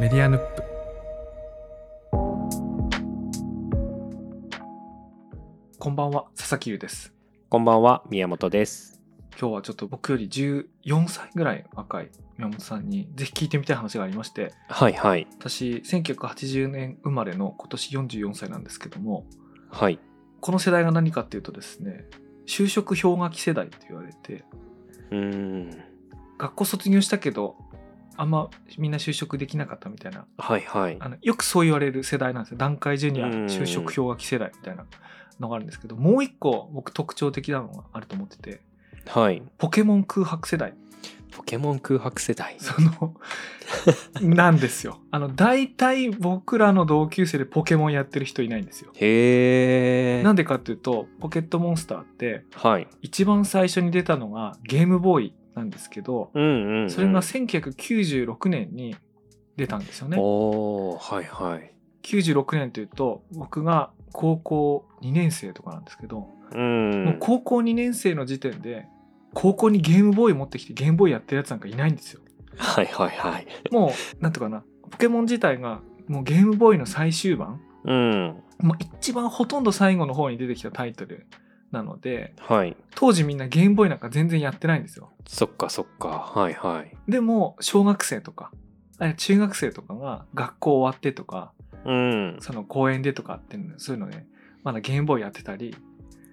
メディアヌップこんばんは佐々木優ですこんばんは、宮本です。今日はちょっと僕より14歳ぐらい若い宮本さんにぜひ聞いてみたい話がありましてはいはい。私1980年生まれの今年44歳なんですけどもはい。この世代が何かっていうとですね就職氷河期世代って言われてうーん。学校卒業したけどあんまみんな就職できなかったみたいなはいはい。あのよくそう言われる世代なんですよ段階ジュニアうん就職氷河期世代みたいなのがあるんですけどもう一個僕特徴的なのがあると思っててはい。ポケモン空白世代ポケモン空白世代。そのなんですよあの大体僕らの同級生でポケモンやってる人いないんですよへー。なんでかっていうとポケットモンスターってはい。一番最初に出たのがゲームボーイなんですけどうんうん、うん。それが1996年に出たんですよねおー、はいはい。 96年というと僕が高校2年生とかなんですけど、もう。うん高校2年生の時点で高校にゲームボーイ持ってきてゲームボーイやってるやつなんかいないんですよはいはいはい。もうなんとかなポケモン自体がもうゲームボーイの最終版うん。もう一番ほとんど最後の方に出てきたタイトルなのではい。当時みんなゲームボーイなんか全然やってないんですよそっかそっか。はいはい。でも小学生とかあ中学生とかが学校終わってとかうん。その公園でとかっていうのそういうのねまだゲームボーイやってたり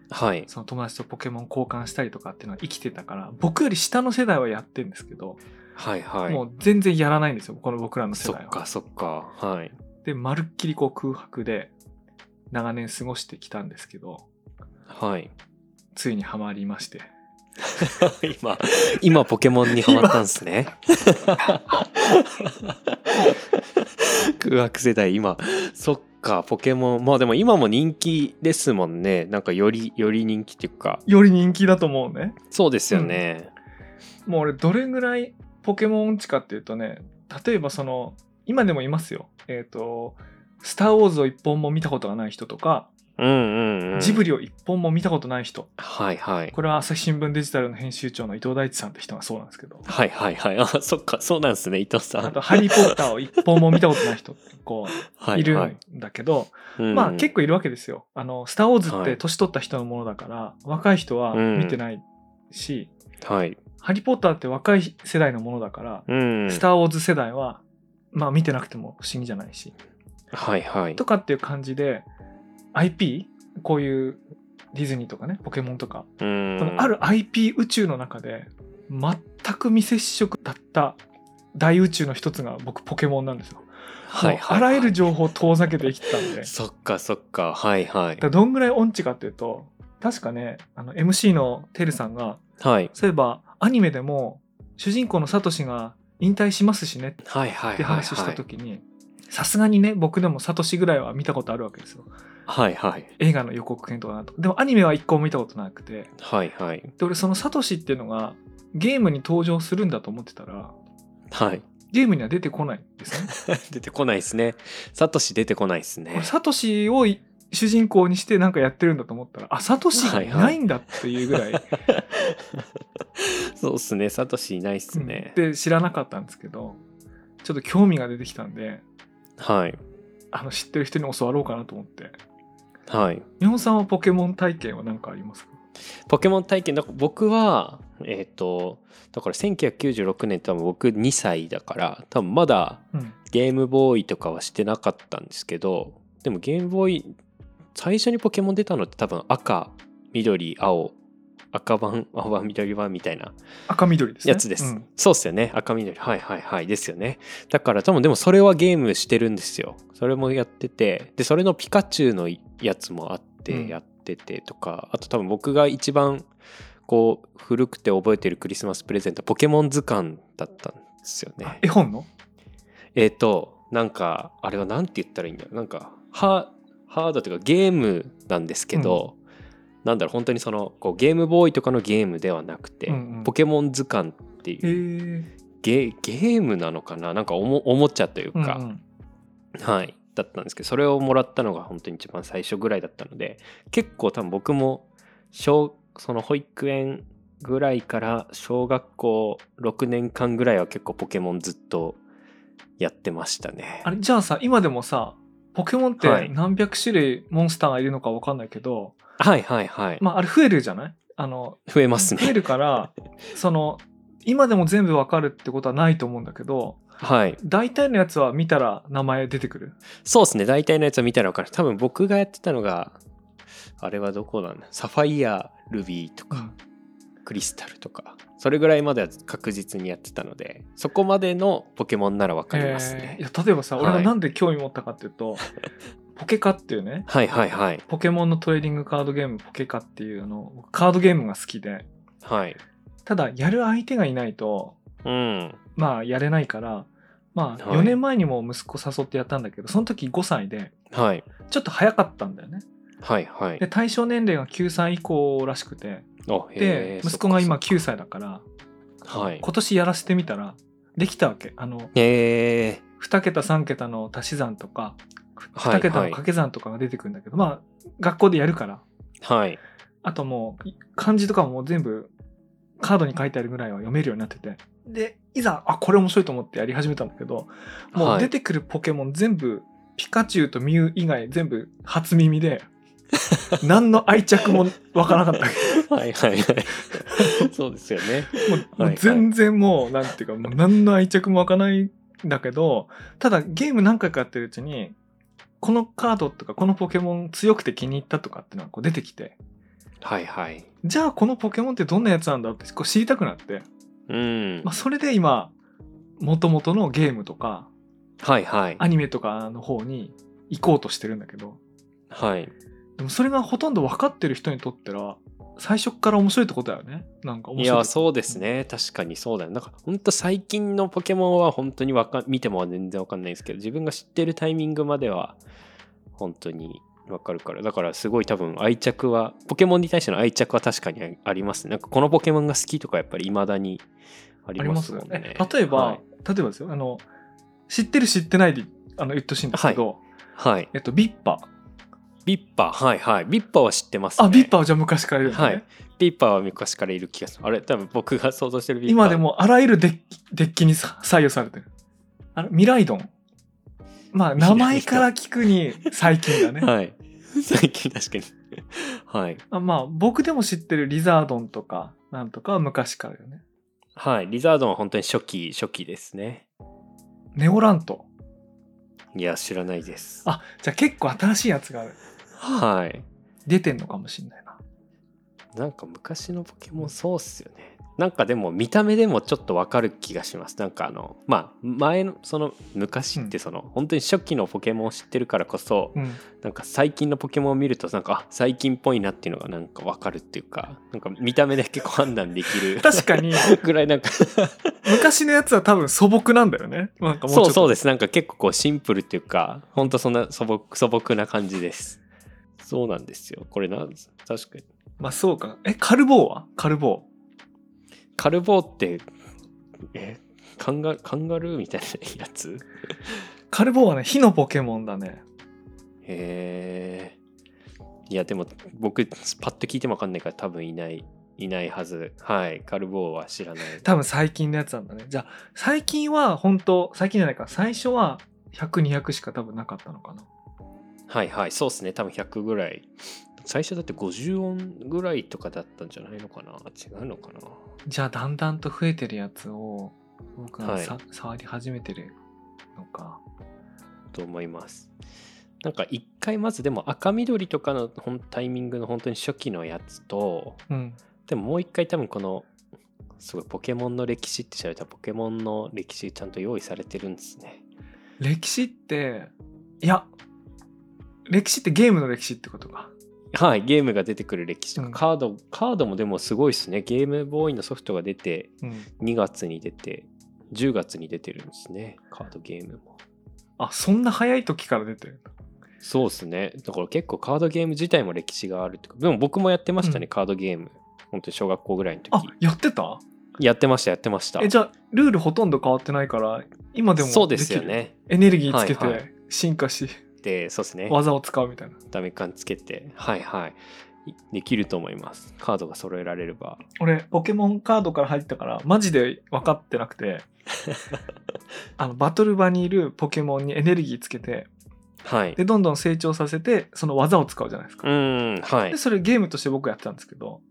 はい。その友達とポケモン交換したりとかっていうのは生きてたから僕より下の世代はやってるんですけど、はいはい。もう全然やらないんですよこの僕らの世そ代っはか。そっか。はい。でまるっきりこう空白で長年過ごしてきたんですけどはい。ついにはまりまして 今、今ポケモンにハマったんですね。空白世代、今。そっか、ポケモン。まあでも今も人気ですもんね。なんかより、より人気っていうか。より人気だと思うねそうですよね。もう俺どれぐらいポケモン音痴かっていうとね例えばその今でもいますよえっ、と「スター・ウォーズ」を一本も見たことがない人とか、うん、うんうん。ジブリを一本も見たことない人はいはい。これは朝日新聞デジタルの編集長の伊藤大地さんって人がそうなんですけどはいはいはい。あ、そっか、そうなんですね、伊藤さあん。と「ハリー・ポッター」を一本も見たことない人ってこはういるはいんだけど、うんまあ結構いるわけですよ。あの「スター・ウォーズ」っはてい年取った人のものだから、若い人は見てないしはい。 「ハリー・ポッター」って若い世代のものだから、うん。スター・ウォーズ」世代はまあ見てなくても不思議じゃないしはいはいと。かっていう感じで IP こういうディズニーとかねポケモンとかうんこのあ。る IP 宇宙の中で全く未接触だった大宇宙の一つが僕ポケモンなんですよ。はいはい。もうあらゆる情報を遠ざけて生きてたんで。だかそっかそっか。はいはい。らどんぐらい音痴かっていうと確かねあの MC のてるさんがはい。そういえばアニメでも主人公のサトシが引退しますしねっはいはいはいはい。て話した時にさすがにね僕でもサトシぐらいは見たことあるわけですよ。はいはい。映画の予告編とかなんとかでもアニメは一個も見たことなくてはいはい。で俺そのサトシっていうのがゲームに登場するんだと思ってたらはい。 ゲームには出てこないんですね出てこないですね。サトシ出てこないですね俺。サトシをい主人公にしてなんかやってるんだと思ったらあサトシがいないんだっていうぐらい、そうですね。サトシいないですね。で知らなかったんですけどちょっと興味が出てきたんではい。あの知ってる人に教わろうかなと思ってはい。日本さんはポケモン体験は何かありますかポケモン体験、だから僕は、えっ、と、だから1996年多分僕2歳だから、多分まだうんゲームボーイとかはしてなかったんですけど、でもゲームボーイ、最初にポケモン出たのって多分赤、緑、青、赤版、青版、緑版みたいな赤緑ですねやつです。うんそうっすよね。赤緑。はいはいはい。ですよね。だから多分でもそれはゲームしてるんですよ。それもやってて。で、それのピカチュウのやつもあっうんてやっててとか、あと多分僕が一番こう古くて覚えてるクリスマスプレゼントはポケモン図鑑だったんですよね。絵本のえっ、と、なんか、あれはなんて言ったらいいんだろう。なんか、ハハードというかゲームなんですけど、なんだろう、本当にそのこうゲームボーイとかのゲームではなくて、うんうんポケモン図鑑っていうへえゲゲームなのかななんかおもおもちゃといううんうか、んはいだったんですけどそれをもらったのが本当に一番最初ぐらいだったので結構多分僕も小その保育園ぐらいから小学校6年間ぐらいは結構ポケモンずっとやってましたね。あれじゃあさ今でもさポケモンっはてい何百種類モンスターがいるのか分かんないけど、はいはいはい。まああれ増えるじゃないあの増えます増えね。るからその今でも全部分かるってことはないと思うんだけどはい。大体のやつは見たら名前出てくるそうですね。大体のやつは見たら分かる。多分僕がやってたのが、あれはどこなんだサファイア、ルビーとか、クリスタルとか、それぐらいまでは確実にやってたので、そこまでのポケモンなら分かりますえーいね。や例えばさ俺はがいなんで興味持ったかっていう と、ポケカっていうねはいはいはい。ポケモンのトレーディングカードゲームポケカっていうの僕カードゲームが好きではい。ただやる相手がいないとうん。まあやれないからまあはい4年前にも息子誘ってやったんだけどその時5歳ではい。ちょっと早かったんだよねはいはいで。対象年齢が9歳以降らしくてあへでー息子が今そっか9歳だからそっかはい。今年やらせてみたらできたわけあのへえ。 2桁3桁の足し算とかはい2桁の掛け算とかが出てくるんだけど、まあ学校でやるからはい。あともう漢字とかももう全部カードに書いてあるぐらいは読めるようになっててでいざあこれ面白いと思ってやり始めたんだけどもはうい出てくるポケモン全部、ピカチュウとミュウ以外全部初耳 で何の愛着もわからなかったはいはい はい。そうですよね。もうもはいうはい全然もう、なんていうか、もう何の愛着も湧かないんだけど、ただゲーム何回かやってるうちに、このカードとかこのポケモン強くて気に入ったとかっていうのがこう出てきて、はいはい。じゃあこのポケモンってどんなやつなんだろうってこう知りたくなって、うんまあ、。それで今、元々のゲームとかはいはい。アニメとかの方に行こうとしてるんだけど、はい。でもそれがほとんど分かってる人にとっては、最初っから面白いってことだよね。なんか面い白い。や、そうですね。確かにそうだよ。なんか、ほんと最近のポケモンは本当にわか見ても全然わかんないですけど、自分が知ってるタイミングまでは本当にわかるから。だからすごい多分愛着は、ポケモンに対しての愛着は確かにありますね。なんかこのポケモンが好きとかやっぱり未だにありありまますすもよんねね。。例えば、はい。例えばですよ、あの、知ってる知ってないであの言ってほしいんですけど、はいえっと、ビッパ。ビッパー、はいはい。ビッパーは知ってます、ね。あ、ビッパーはじゃあ昔からいるんですね。はいビッパーは昔からいる気がする。あれ、多分僕が想像してるビッパー。今で。もあらゆるデッキデッキにさ左右されてる。あれ、ミライドン。まあ、ミライ名ドン前から聞くに最近だね。 はい。最近確かに。はい。あまあ、僕でも知ってるリザードンとか、なんとかは昔からよね。はい。リザードンは本当に初期、初期ですね。ネオラント。いや、知らないです。あ、じゃあ結構新しいやつがある。はい。出てんのかもしんないな。なんか昔のポケモンそうっすよね。なんかでも見た目でもちょっとわかる気がします。なんかあの、まあ、前の、その昔ってその、本当に初期のポケモンを知ってるからこそ、うん。なんか最近のポケモンを見るとなんかあ最近っぽいなっていうのがなんかわかるっていうかなんか見た目で結構判断できる確かに、 ぐらいなんか昔のやつは多分素朴なんだよね。なんかもうちょっそうとそうですなんか結構こうシンプルっていうかほんとそんな素朴素朴な感じですそうなんですよこれなんです確かにまあそうか。え、カルボーはカルボー。カルボーってえカンガカンガルーみたいなやつカルボーはね、火のポケモンだね。へえいやでも僕パッと聞いてもわかんないから多分いないいないはずはいカルボーは知らない多分最近のやつなんだね。じゃあ、最近は本当最近じゃないか。最初は100、200しか多分なかったのかな。はいはい、そうですね、多分100ぐらい。最初だって50音ぐらいとかだったんじゃないのかな違うのかなじゃあ、だんだんと増えてるやつを、僕がさ、は触り始めてるのか。と思います。なんか一回まずでも赤緑とかのほんタイミングの本当に初期のやつと、うん。でももう一回多分この、すごいポケモンの歴史って調べたらポケモンの歴史ちゃんと用意されてるんですね。歴史って、いや、歴史ってゲームの歴史ってことか。はい、ゲームが出てくる歴史とか、うんカード、カードもでもすごいですね。ゲームボーイのソフトが出て、うん。 2月に出て、10月に出てるんですね。カードゲームも。あ、そんな早い時から出てる。そうですね。だから結構カードゲーム自体も歴史があるってかでも僕もやってましたね、うんカードゲーム。本当に小学校ぐらいのあ時。、やってたやってました、やってました。え、じゃあ、ルールほとんど変わってないから、今でもそうですきるよ。ね。エネルギーつけはいはて進化し、で、そうですね。技を使うみたいな。ダメ感つけて、はいはい。いできると思います。カードが揃えられれば。 俺ポケモンカードから入ったからマジで分かってなくてあのバトル場にいるポケモンにエネルギーつけてはい。でどんどん成長させてその技を使うじゃないですかう、ーん、はいで。それゲームとして僕やってたんですけど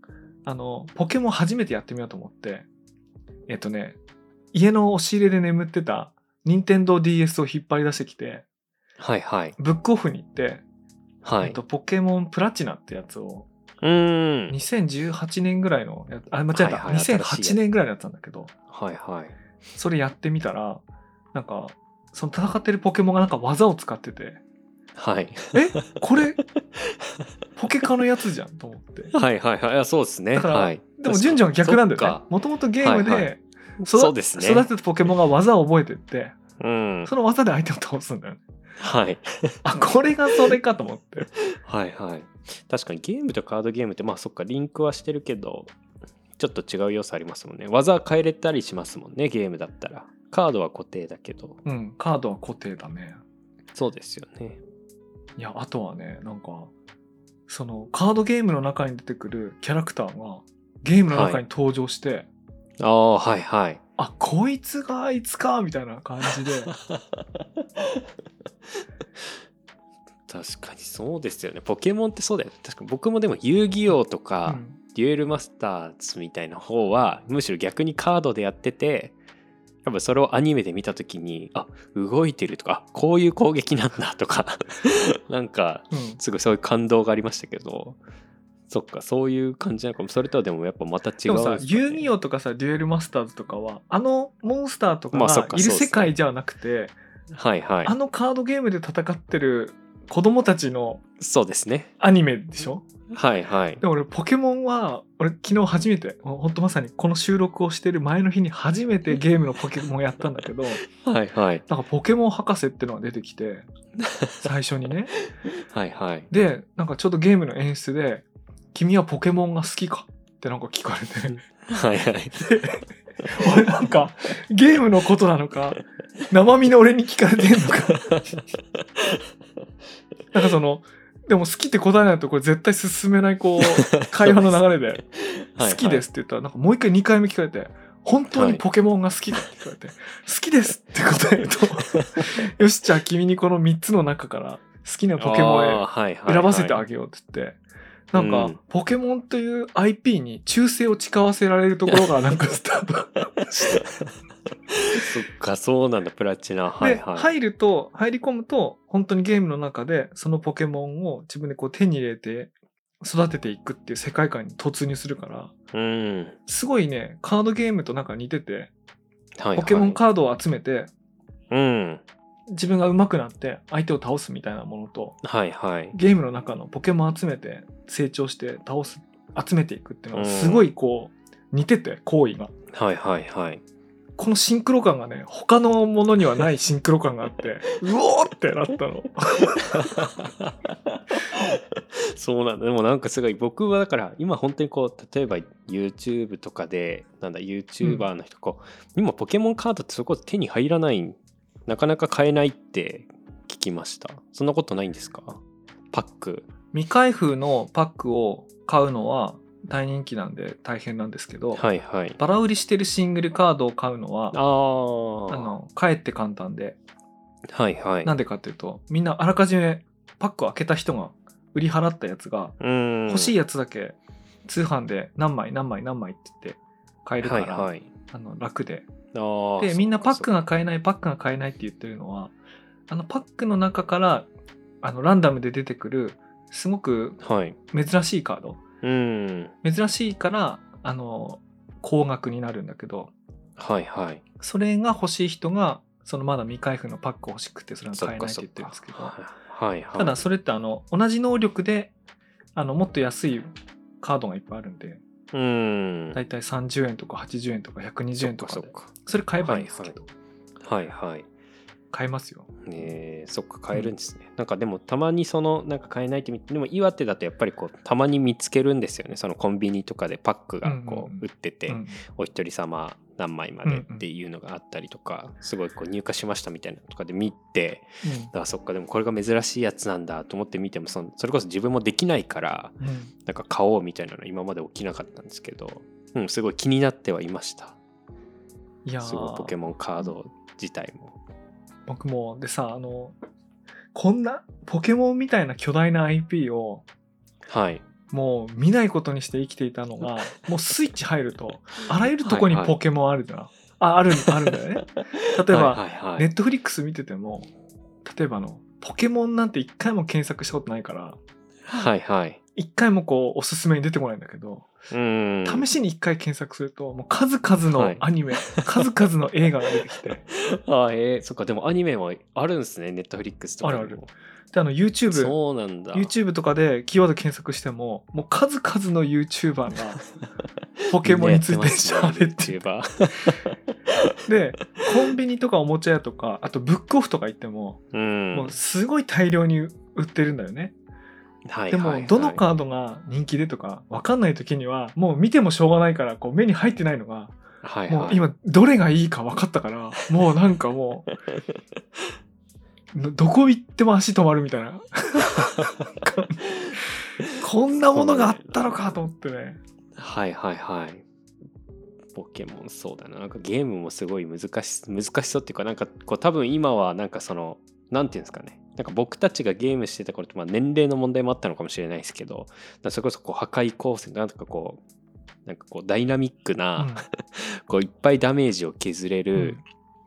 あのポケモン初めてやってみようと思ってえっとね家の押し入れで眠ってた任天堂 d s を引っ張り出してきてはい、はい。ブックオフに行って、はえっい。と、ポケモンプラチナってやつをうーん。 2018年ぐらいのやつあ間違えた、はいはい新しいや2008つ年ぐらいのやつなんだけどはい、はい。それやってみたらなんかその戦ってるポケモンがなんか技を使っててはい。 えこれポケカのやつじゃんと思ってはい、はい、はいあ。そうですね。だからはい。でも順序は逆なんだそよっねもともとゲームで、はいはいか育そうですね。育てたポケモンが技を覚えてってうん。その技で相手を倒すんだよねはい。あこれがそれかと思ってはいはい。確かにゲームとカードゲームって、まあそっか、リンクはしてるけど、ちょっと違う要素ありますもんね。技変えれたりしますもんね、ゲームだったら。カードは固定だけど。うんカードは固定だねそうですよね。いやあとはねなんかそのカードゲームの中に出てくるキャラクターがゲームの中に登場して、ああ、はいはい。あこいつがあいつかみたいな感じ で確かにそうですよね。ポケモンってそうだよね。確か僕もでも遊戯王とうか、んデュエルマスターズみたいな方は、むしろ逆にカードでやってて、多分それをアニメで見た時に、あ動いてるとか、あこういう攻撃なんだとか、 なんかうんすごいそういう感動がありましたけどそっかそういう感じなのかもそれとはでもやっぱまた違うんでもさ、ですかね遊戯王とかさ、デュエルマスターズとかは、あのモンスターとかまあそがっかいるそうですね世界じゃなくて、はいはいあのカードゲームで戦ってる子供たちのそうですねアニメでしょはいはいでも俺、ポケモンは、俺、昨日初めて、ほんとまさにこの収録をしてる前の日に初めてゲームのポケモンやったんだけど、はいはいなんかポケモン博士ってのが出てきて、最初にね。はいはいで、なんかちょうどゲームの演出で、君はポケモンが好きかってなんか聞かれて、 はいはい俺なんかゲームのことなのか生身の俺に聞かれてんのかなんかそのでも好きって答えないとこれ絶対進めないこう会話の流れで好きですって言ったらなんかもう一回2回目聞かれて本当にポケモンが好きかって聞かれて好きですって答え るとよしじゃあ君にこの3つの中から好きな ポケモンへはいはい選ばせてあはいげようって言ってなんうかんポケモンという IP に忠誠を誓わせられるところが なんかスタートそっかそうなんだプラチナはで、いはい入ると入り込むと本当にゲームの中でそのポケモンを自分でこう手に入れて育てていくっていう世界観に突入するからうんはいすごいねカードゲームとなんか似ててはいポケモンカードを集めてうん自分が上手くなって相手を倒すみたいなものとはいはいゲームの中のポケモン集めて成長して倒す集めていくっていうのがすごいこう似てて行為がはいはいはい このシンクロ感がね他のものにはないシンクロ感があって うおーってなったのそうなんだでもなんかすごい僕はだから今本当にこう例えば YouTube とかでなんだ YouTuber の人こう、今ポケモンカードってそこ手に入らないなかなか買えないって聞きましたそんなことないんですかパック未開封のパックを買うのは大人気なんで大変なんですけど、はいはいバラ売りしてるシングルカードを買うのはあああはのかえって簡単でいはいなんでかっていうとみんなあらかじめパックを開けた人が売り払ったやつがうん欲しいややつだけ通販で何枚何枚何枚って言って買えるかはいら、はいあの楽であーでみんなパックそっかが買えないパックが買えないって言ってるのはあのパックの中からあのランダムで出てくるすごくそっかはい珍しいカードうん珍しいからあの高額になるんだけどはいはいそれが欲しい人がそのまだ未開封のパック欲しくてそれは買えないって言ってるんですけどそっかはいはいただそれってあの同じ能力であのもっと安いカードがいっぱいあるんでうんだいたい30円とか80円とか120円とかそっでかそっそれ買えばいいんですけどかはいはい買えますよねえそっか買えるんですね、なんかでもたまにそのなんか買えないって見てでも岩手だとやっぱりこうたまに見つけるんですよねそのコンビニとかでパックがうこんうんうんう売ってて、うんお一人様何枚までっていうのがあったりとか、すごいこう入荷しましたみたいなのとかで見てあそっかでもこれが珍しいやつなんだと思って見てもそのそれこそ自分もできないからうんうんなんか買おうみたいなの今まで起きなかったんですけど、うん、すごい気になってはいましたいやーすごいポケモンカード自体も僕もでさあのこんなポケモンみたいな巨大な IP をはい。もう見ないことにして生きていたの がもうスイッチ入るとあらゆるとこにポケモンあるじゃん、ああるあるんだよ ね例えば、はいはいはいネットフリックス見てても例えばあのポケモンなんて一回も検索したことないからはいはい。一回もこうおすすめに出てこないんだけど、うーん。試しに一回検索するともう数々はのいアニメ、数々の映画が出てきてあえー、そっか、でもアニメはあるんですね、ネットフリックスとかにも。あるあであの YouTube そうなんだ。 YouTube とかでキーワード検索してももう数々の YouTuber がポケモンについて喋ってれるば。でコンビニとかおもちゃ屋とかあとブックオフとか行っても、うん。もうすごい大量に売ってるんだよねはいではいはもいどのカードが人気でとか分かんない時にはもう見てもしょうがないからこう目に入ってないのがはいはい、もう今どれがいいか分かったからもうなんかもう のどこ行っても足止まるみたいなこんなものがあったのかと思ってねはいはいはい。ポケモンそうだな。なんかゲームもすごい難し難しそうっていうか、なんかこう多分今はなんかその、なんていうんですかね。なんか僕たちがゲームしてた頃ってまあ年齢の問題もあったのかもしれないですけど、だからそれこそこう破壊光線なんとかこう、なんかこうダイナミックな、こういっぱいダメージを削れうんる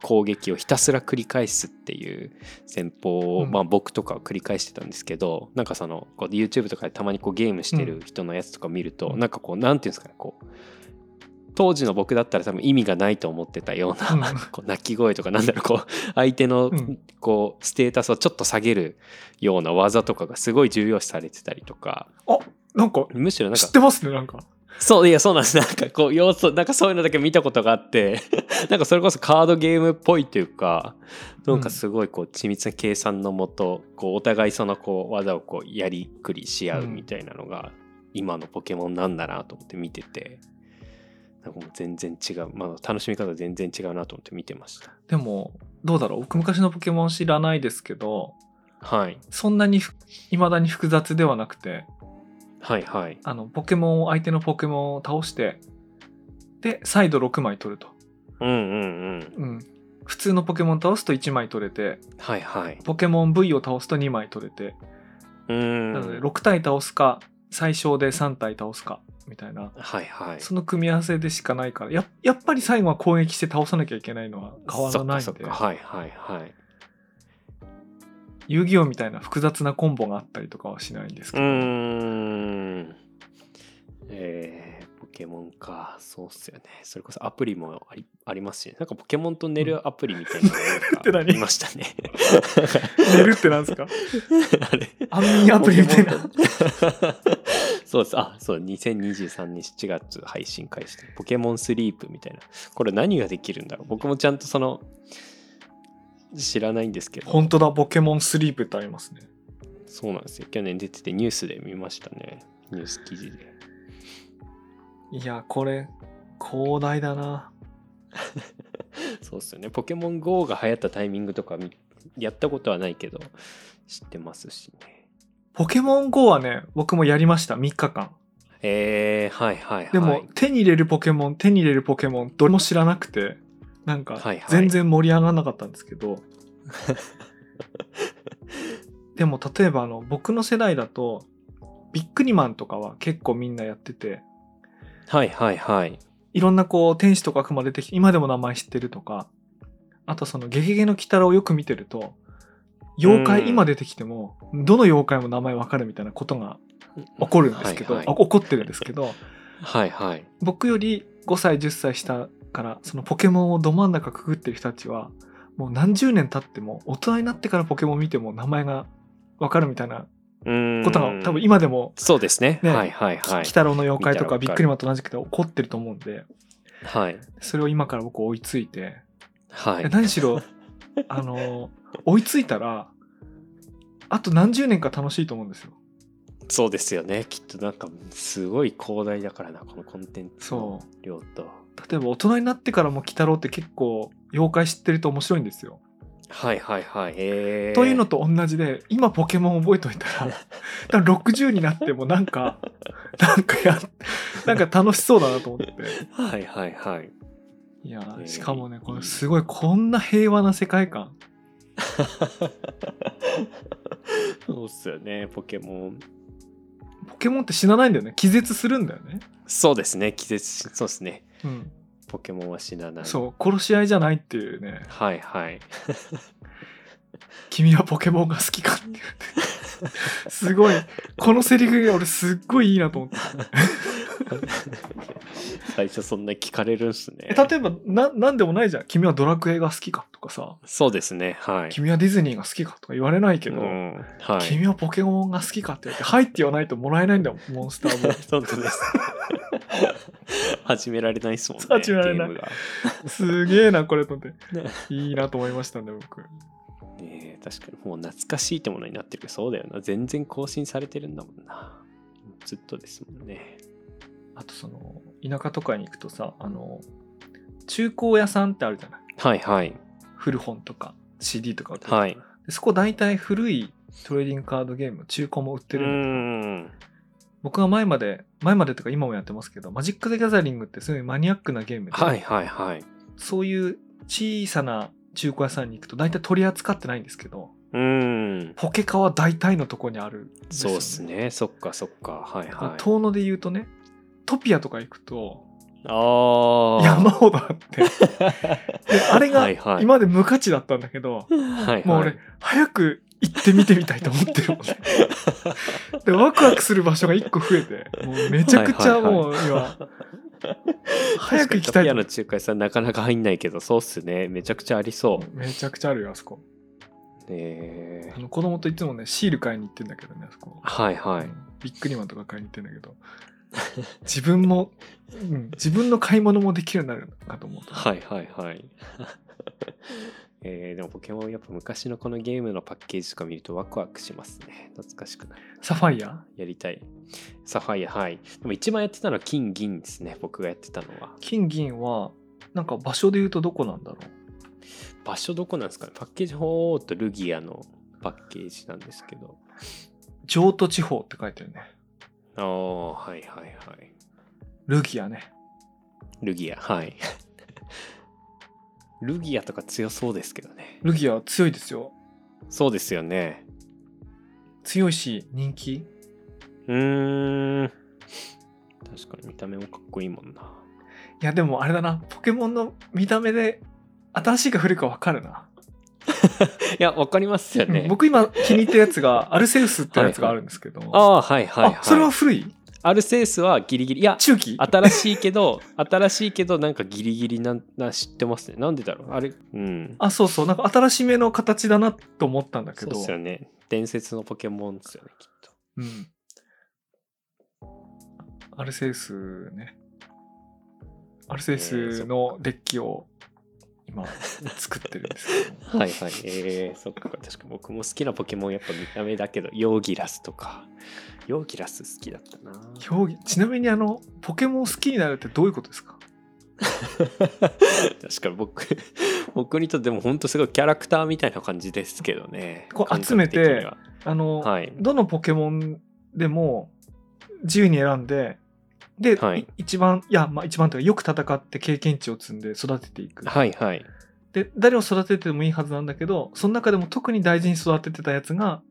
攻撃をひたすら繰り返すっていう戦法を、うんまあ僕とかは繰り返してたんですけどなんかそのこう YouTube とかでたまにこうゲームしてる人のやつとか見ると、うんなんかこうなんていうんですかねこう当時の僕だったら多分意味がないと思ってたような、 うんこう泣き声とかなんだろうこう相手のうんこうステータスをちょっと下げるような技とかがすごい重要視されてたりとかなんかむしろなんか知ってますねなんかそういやそうなんですなんかこう要素なんかそういうのだけ見たことがあって なんかそれこそカードゲームっぽいというかなんかすごいこう緻密な計算のもとこうお互いそのこう技をこうやりくりし合うみたいなのが今のポケモンなんだなと思って見ててなんかもう全然違う、まあ、楽しみ方が全然違うなと思って見てましたでもどうだろう僕昔のポケモン知らないですけどはいそんなにいまだに複雑ではなくてはいはいあのポケモンを相手のポケモンを倒してで再度6枚取ると、うんうんうんうん、普通のポケモン倒すと1枚取れてはいはいポケモン V を倒すと2枚取れてうーんなので6体倒すか最小で3体倒すかみたいなはいはいその組み合わせでしかないからややっぱり最後は攻撃して倒さなきゃいけないのは変わらないそんっかでそっかはいはいはい遊戯王みたいな複雑なコンボがあったりとかはしないんですけうど、ーん。えー、ポケモンか。そうっすよね。それこそアプリもありありますし、なんかポケモンと寝るアプリみたいな のてが何ありましたね。寝るってなんですか あれ安眠アプリみたいなポケモンと そうです。あ、そう、2023年7月配信開始で。ポケモンスリープみたいな。これ何ができるんだろう僕もちゃんとその、知らないんですけど。本当だポケモンスリープってありますねそうなんですよ。去年出ててニュースで見ましたね。ニュース記事で。いやこれ広大だなそうっすよね。ポケモン GO が流行ったタイミングとかみやったことはないけど、知ってますしね。ポケモン GO はね僕もやりました3日間えー、はいはいはい。でも、手に入れるポケモン手に入れるポケモンどれも知らなくてなんかはいはい全然盛り上がらなかったんですけ ど、でも例えばあの僕の世代だとビックリマンとかは結構みんなやっててはいはいはい。いろんなこう天使とか悪魔出てきて今でも名前知ってるとかあとその「ゲゲゲの鬼太郎」をよく見てると妖う怪ん今出てきてもどの妖怪も名前わかるみたいなことが起こるんですけど、はいあはい。起こってるんですけどはいはい、僕より5歳10歳下からそのポケモンをど真ん中くぐってる人たちはもう何十年経っても大人になってからポケモン見ても名前がわかるみたいなうーんことが多分今でもそうですね。ねはいはいきはい鬼。太郎の妖怪とか見ビたらッわかるクリマンと同じくて起こってると思うんではい。それを今から僕追いついてはいやい。何しろあの追いついたらあと何十年か楽しいと思うんですよそうですよね。きっとなんか、すごい広大だからな、このコンテンツのそう量と。例えば大人になってからも鬼太郎って結構妖怪知ってると面白いんですよはいはいはい。えー、というのと同じで今ポケモン覚えといた ら多分60になってもなんかなんかやなんか楽しそうだなと思ってはいはいはい。いやえーしかもねこれすごいこんな平和な世界観そうっすよね、ポケモン。ポケモンって死なないんだよね気絶するんだよね、そうですね、気絶し、そうですね。うん、ポケモンは死なない。そう殺し合いじゃないっていうねはいはい。君はポケモンが好きか っていうねすごいこのセリフが俺すっごいいいなと思って 最初そんな聞かれるんすね。例えばな何でもないじゃん君はドラクエが好きかとかさそうですね、はい。君はディズニーが好きかとか言われないけど、うんはい。君はポケモンが好きかって言って「はい」って言わないともらえないんだもんモンスタ ーも本 当です。始められないですもんね。始められないゲームが。すげえなこれと思ってねいいなと思いましたね僕ねえ確かにもう懐かしいってものになってるけどそうだよな全然更新されてるんだもんなずっとですもんねあとその田舎とかに行くとさあの中古屋さんってあるじゃないはいはい古本とか CD とか売ってるはいでそこ大体古いトレーディングカードゲーム中古も売ってうるんだん僕は前まで前までとか今もやってますけどマジック・ザ・ギャザリングってすごいマニアックなゲームで、はいはいはいそういう小さな中古屋さんに行くと大体取り扱ってないんですけどうんポケカは大体のとこにあるんですよそうですねそっかそっかはいだからはい遠野で言うとねトピアとか行くとああ山ほどあ ってであれがはいはい今まで無価値だったんだけど、はいはいもう俺早く行ってみてみたいと思ってるも んねでワクワクする場所が1個増えてもうめちゃくちゃもう今早く行きたい確かにとタピアの仲介さんなかなか入んないけどそうっすねめちゃくちゃありそめちゃくちゃあるよあそこうねえあの子供といつもねシール買いに行ってんだけどねあそこはいはいビックリマンとか買いに行ってんだけど自分も、うん、自分の買い物もできるようになるのかと思うとはいはいはい。 えーでもポケモンやっぱ昔のこのゲームのパッケージとか見るとワクワクしますね。懐かしくない。サファイアやりたい。サファイアはい。でも一番やってたのは金銀ですね。僕がやってたのは。金銀はなんか場所で言うとどこなんだろう場所どこなんですかねパッケージほーっとルギアのパッケージなんですけど。上都地方って書いてるねああ、はいはいはい。ルギアねルギア、はい。 ルギアとか強そうですけどね。ルギアは強いですよそうですよね。強いし人気うーん。確かに見た目もかっこいいもんな。いやでもあれだなポケモンの見た目で新しいか古いか分かるな、いや、わかりますよねうん。僕今気に入ったやつが アルセウスってやつがあるんですけどああ、はいはい、はい。あそれは古いアルセウスはギリギリ。いや、中期新しいけど、新しいけど、なんかギリギリな、な知ってますね。なんでだろう。あれ、うん。あそうそうなんか新しめの形だなと思ったんだけそうどですよね。伝説のポケモンですよね、きっと。うん、アルセウスねアルセウスのデッキを今作ってるんですけど はいはい。えー、そっか。確か僕も好きなポケモン、やっぱ見た目だけど、ヨーギラスとか。ヨーギラス好きだった な。競技ちなみにあのポケモン好きになるってどういうことですか確かに僕、 僕にとっても本当すごいキャラクターみたいな感じですけどね。こう集めて感覚的にはあの、はいどのポケモンでも自由に選んでで、はいい一番いやまあ一番というかよく戦って経験値を積んで育てていく、はいはい。で誰を育ててもいいはずなんだけどその中でも特に大事に育ててたやつが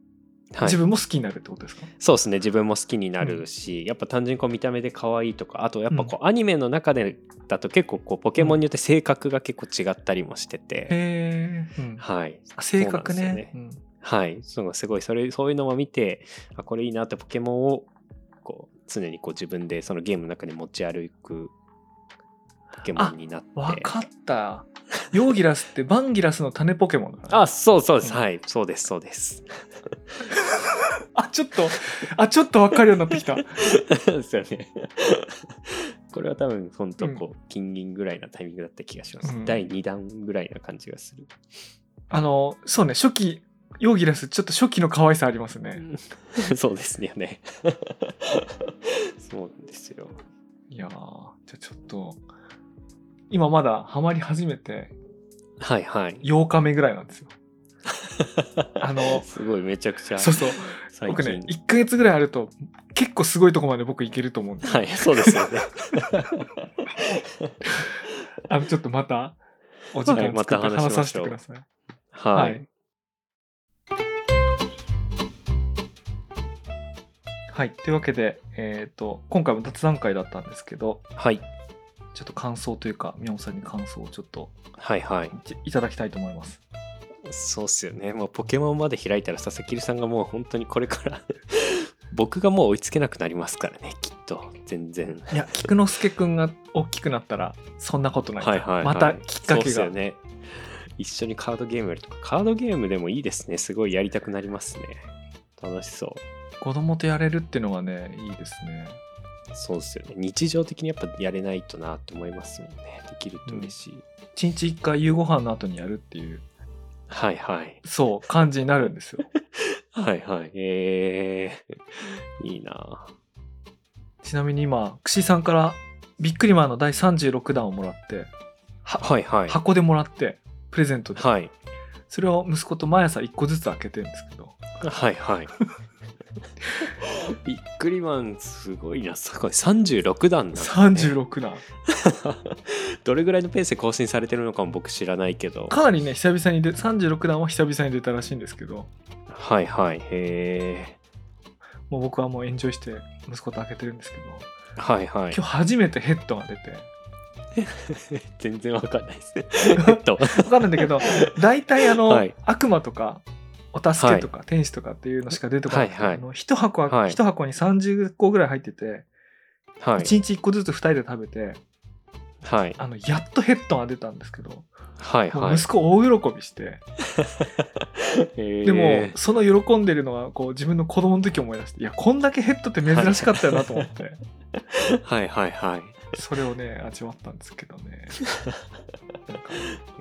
はい自分も好きになるってことですか、そうですね自分も好きになるし、やっぱ単純にこう見た目で可愛いとかあとやっぱこうアニメの中でだと結構こうポケモンによって性格が結構違ったりもしてて、へえ、うん、はいあ性格そうなんねですうよんはいそのすごいそれそういうのを見てあこれいいなってポケモンをこう常にこう自分でそのゲームの中で持ち歩くポケモンになってわかったヨーギラスっ てバンギラスの種ポケモンだなあそうそうです、うんはいそうですそうです あちょっとあちょっとわかるようになってきた ですよね これは多分本当こう、金銀ぐらいなタイミングだった気がします、うん第2弾ぐらいな感じがする あのそうね初期ヨーギラスちょっと初期の可愛さありますね、そうですよね。 そうなんですよ。いやーじゃあちょっと今まだハマり始めてはいはい。 8日目ぐらいなん ですよあのすごいめちゃくちゃそうそう最僕ね近。 1ヶ月ぐらいあると結構すごいとこまで僕いけると思うんではい、そうで すよね。あのちょっとまたお時間作ってはいまた話話しさませしてょうくださいはい。はい。というわけで、えっ、と、今回も雑談会だったんですけど、はいちょっと感想というか、宮本さんに感想をちょっとはいはいいいただきたいと思います。そうっすよねもうポケモンまで開いたら佐々木さんがもう本当にこれから 僕がもう追いつけなくなりますからねきっと全然いや、菊之助くんが大きくなったら、そんなことない。はいはい、はい、またきっかそうけっすが。よね一緒にカードゲームやるとかカードゲームでもいいですねすごいやりたくなりますね楽しそう子供とやれるっていうのはね、いいですね。そうですよね日常的にやっぱやれないとなって思いますもんねできると嬉しい、一日一回夕ご飯の後にやるっていう、はいはいそう、感じになるんですよ。 はいはいえー、いいなちなみに今、串井さんから、ビックリマンの第36弾をもらって、ははいはい箱でもらって、プレゼントで。はいそれを息子と毎朝1個ずつ開けてるんですけど、はいはいビックリマンすごいなすごい36段なんだね、 36弾。どれぐらいのペースで更新されてるのかも僕知らないけどかなりね、久々に出、36弾は久々に出たらしいんですけど、はいはいへえもう僕はもうエンジョイして息子と開けてるんですけど、はいは今い日初めてヘッドが出て、 全然わかんな いですね。えっと、わかるんだけど、 大体あの、はい悪魔とか、お助けとか、天使とかっていうのしか出てこない。はいはいあの一箱は、はい一箱に30個ぐらい入ってて、は一い。日一個ずつ二人で食べて、はい。あの、やっとヘッドが出たんですけど、はい。もはうい。息子大喜びして、ででも、その喜んでるのは、こう、自分の子供の時思い出して、いや、こんだけヘッドって珍しかったよなと思って、はいはいはい。それをね、味わったんですけどね、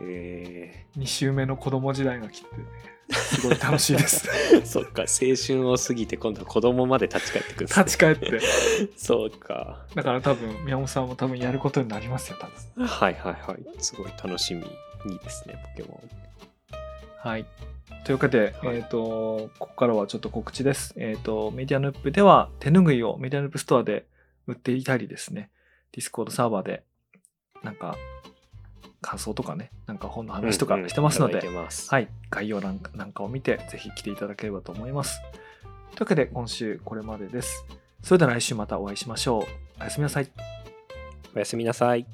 え2週目の子供時代が来てね、すごい楽しいです。ー、 そっか、青春を過ぎて今度は子供まで立ち返ってくるんですね、立ち返って。そうか。だから多分、宮本さんも多分やることになりますよ、多分。はいはいはい。すごい楽しみ。いいですね、ポケモン。はい。というわけで、はいえっ、と、ここからはちょっと告知です。えっ、と、メディアヌップでは手ぬぐいをメディアヌップストアで売っていたりですね、ディスコードサーバーで、なんか、感想とかね、なんか本の話とかしてますので、うんうんいただいてますはい、概要欄なんかを見て、ぜひ来ていただければと思います。というわけで、今週これまでです。それでは来週またお会いしましょう。おやすみなさい。おやすみなさい。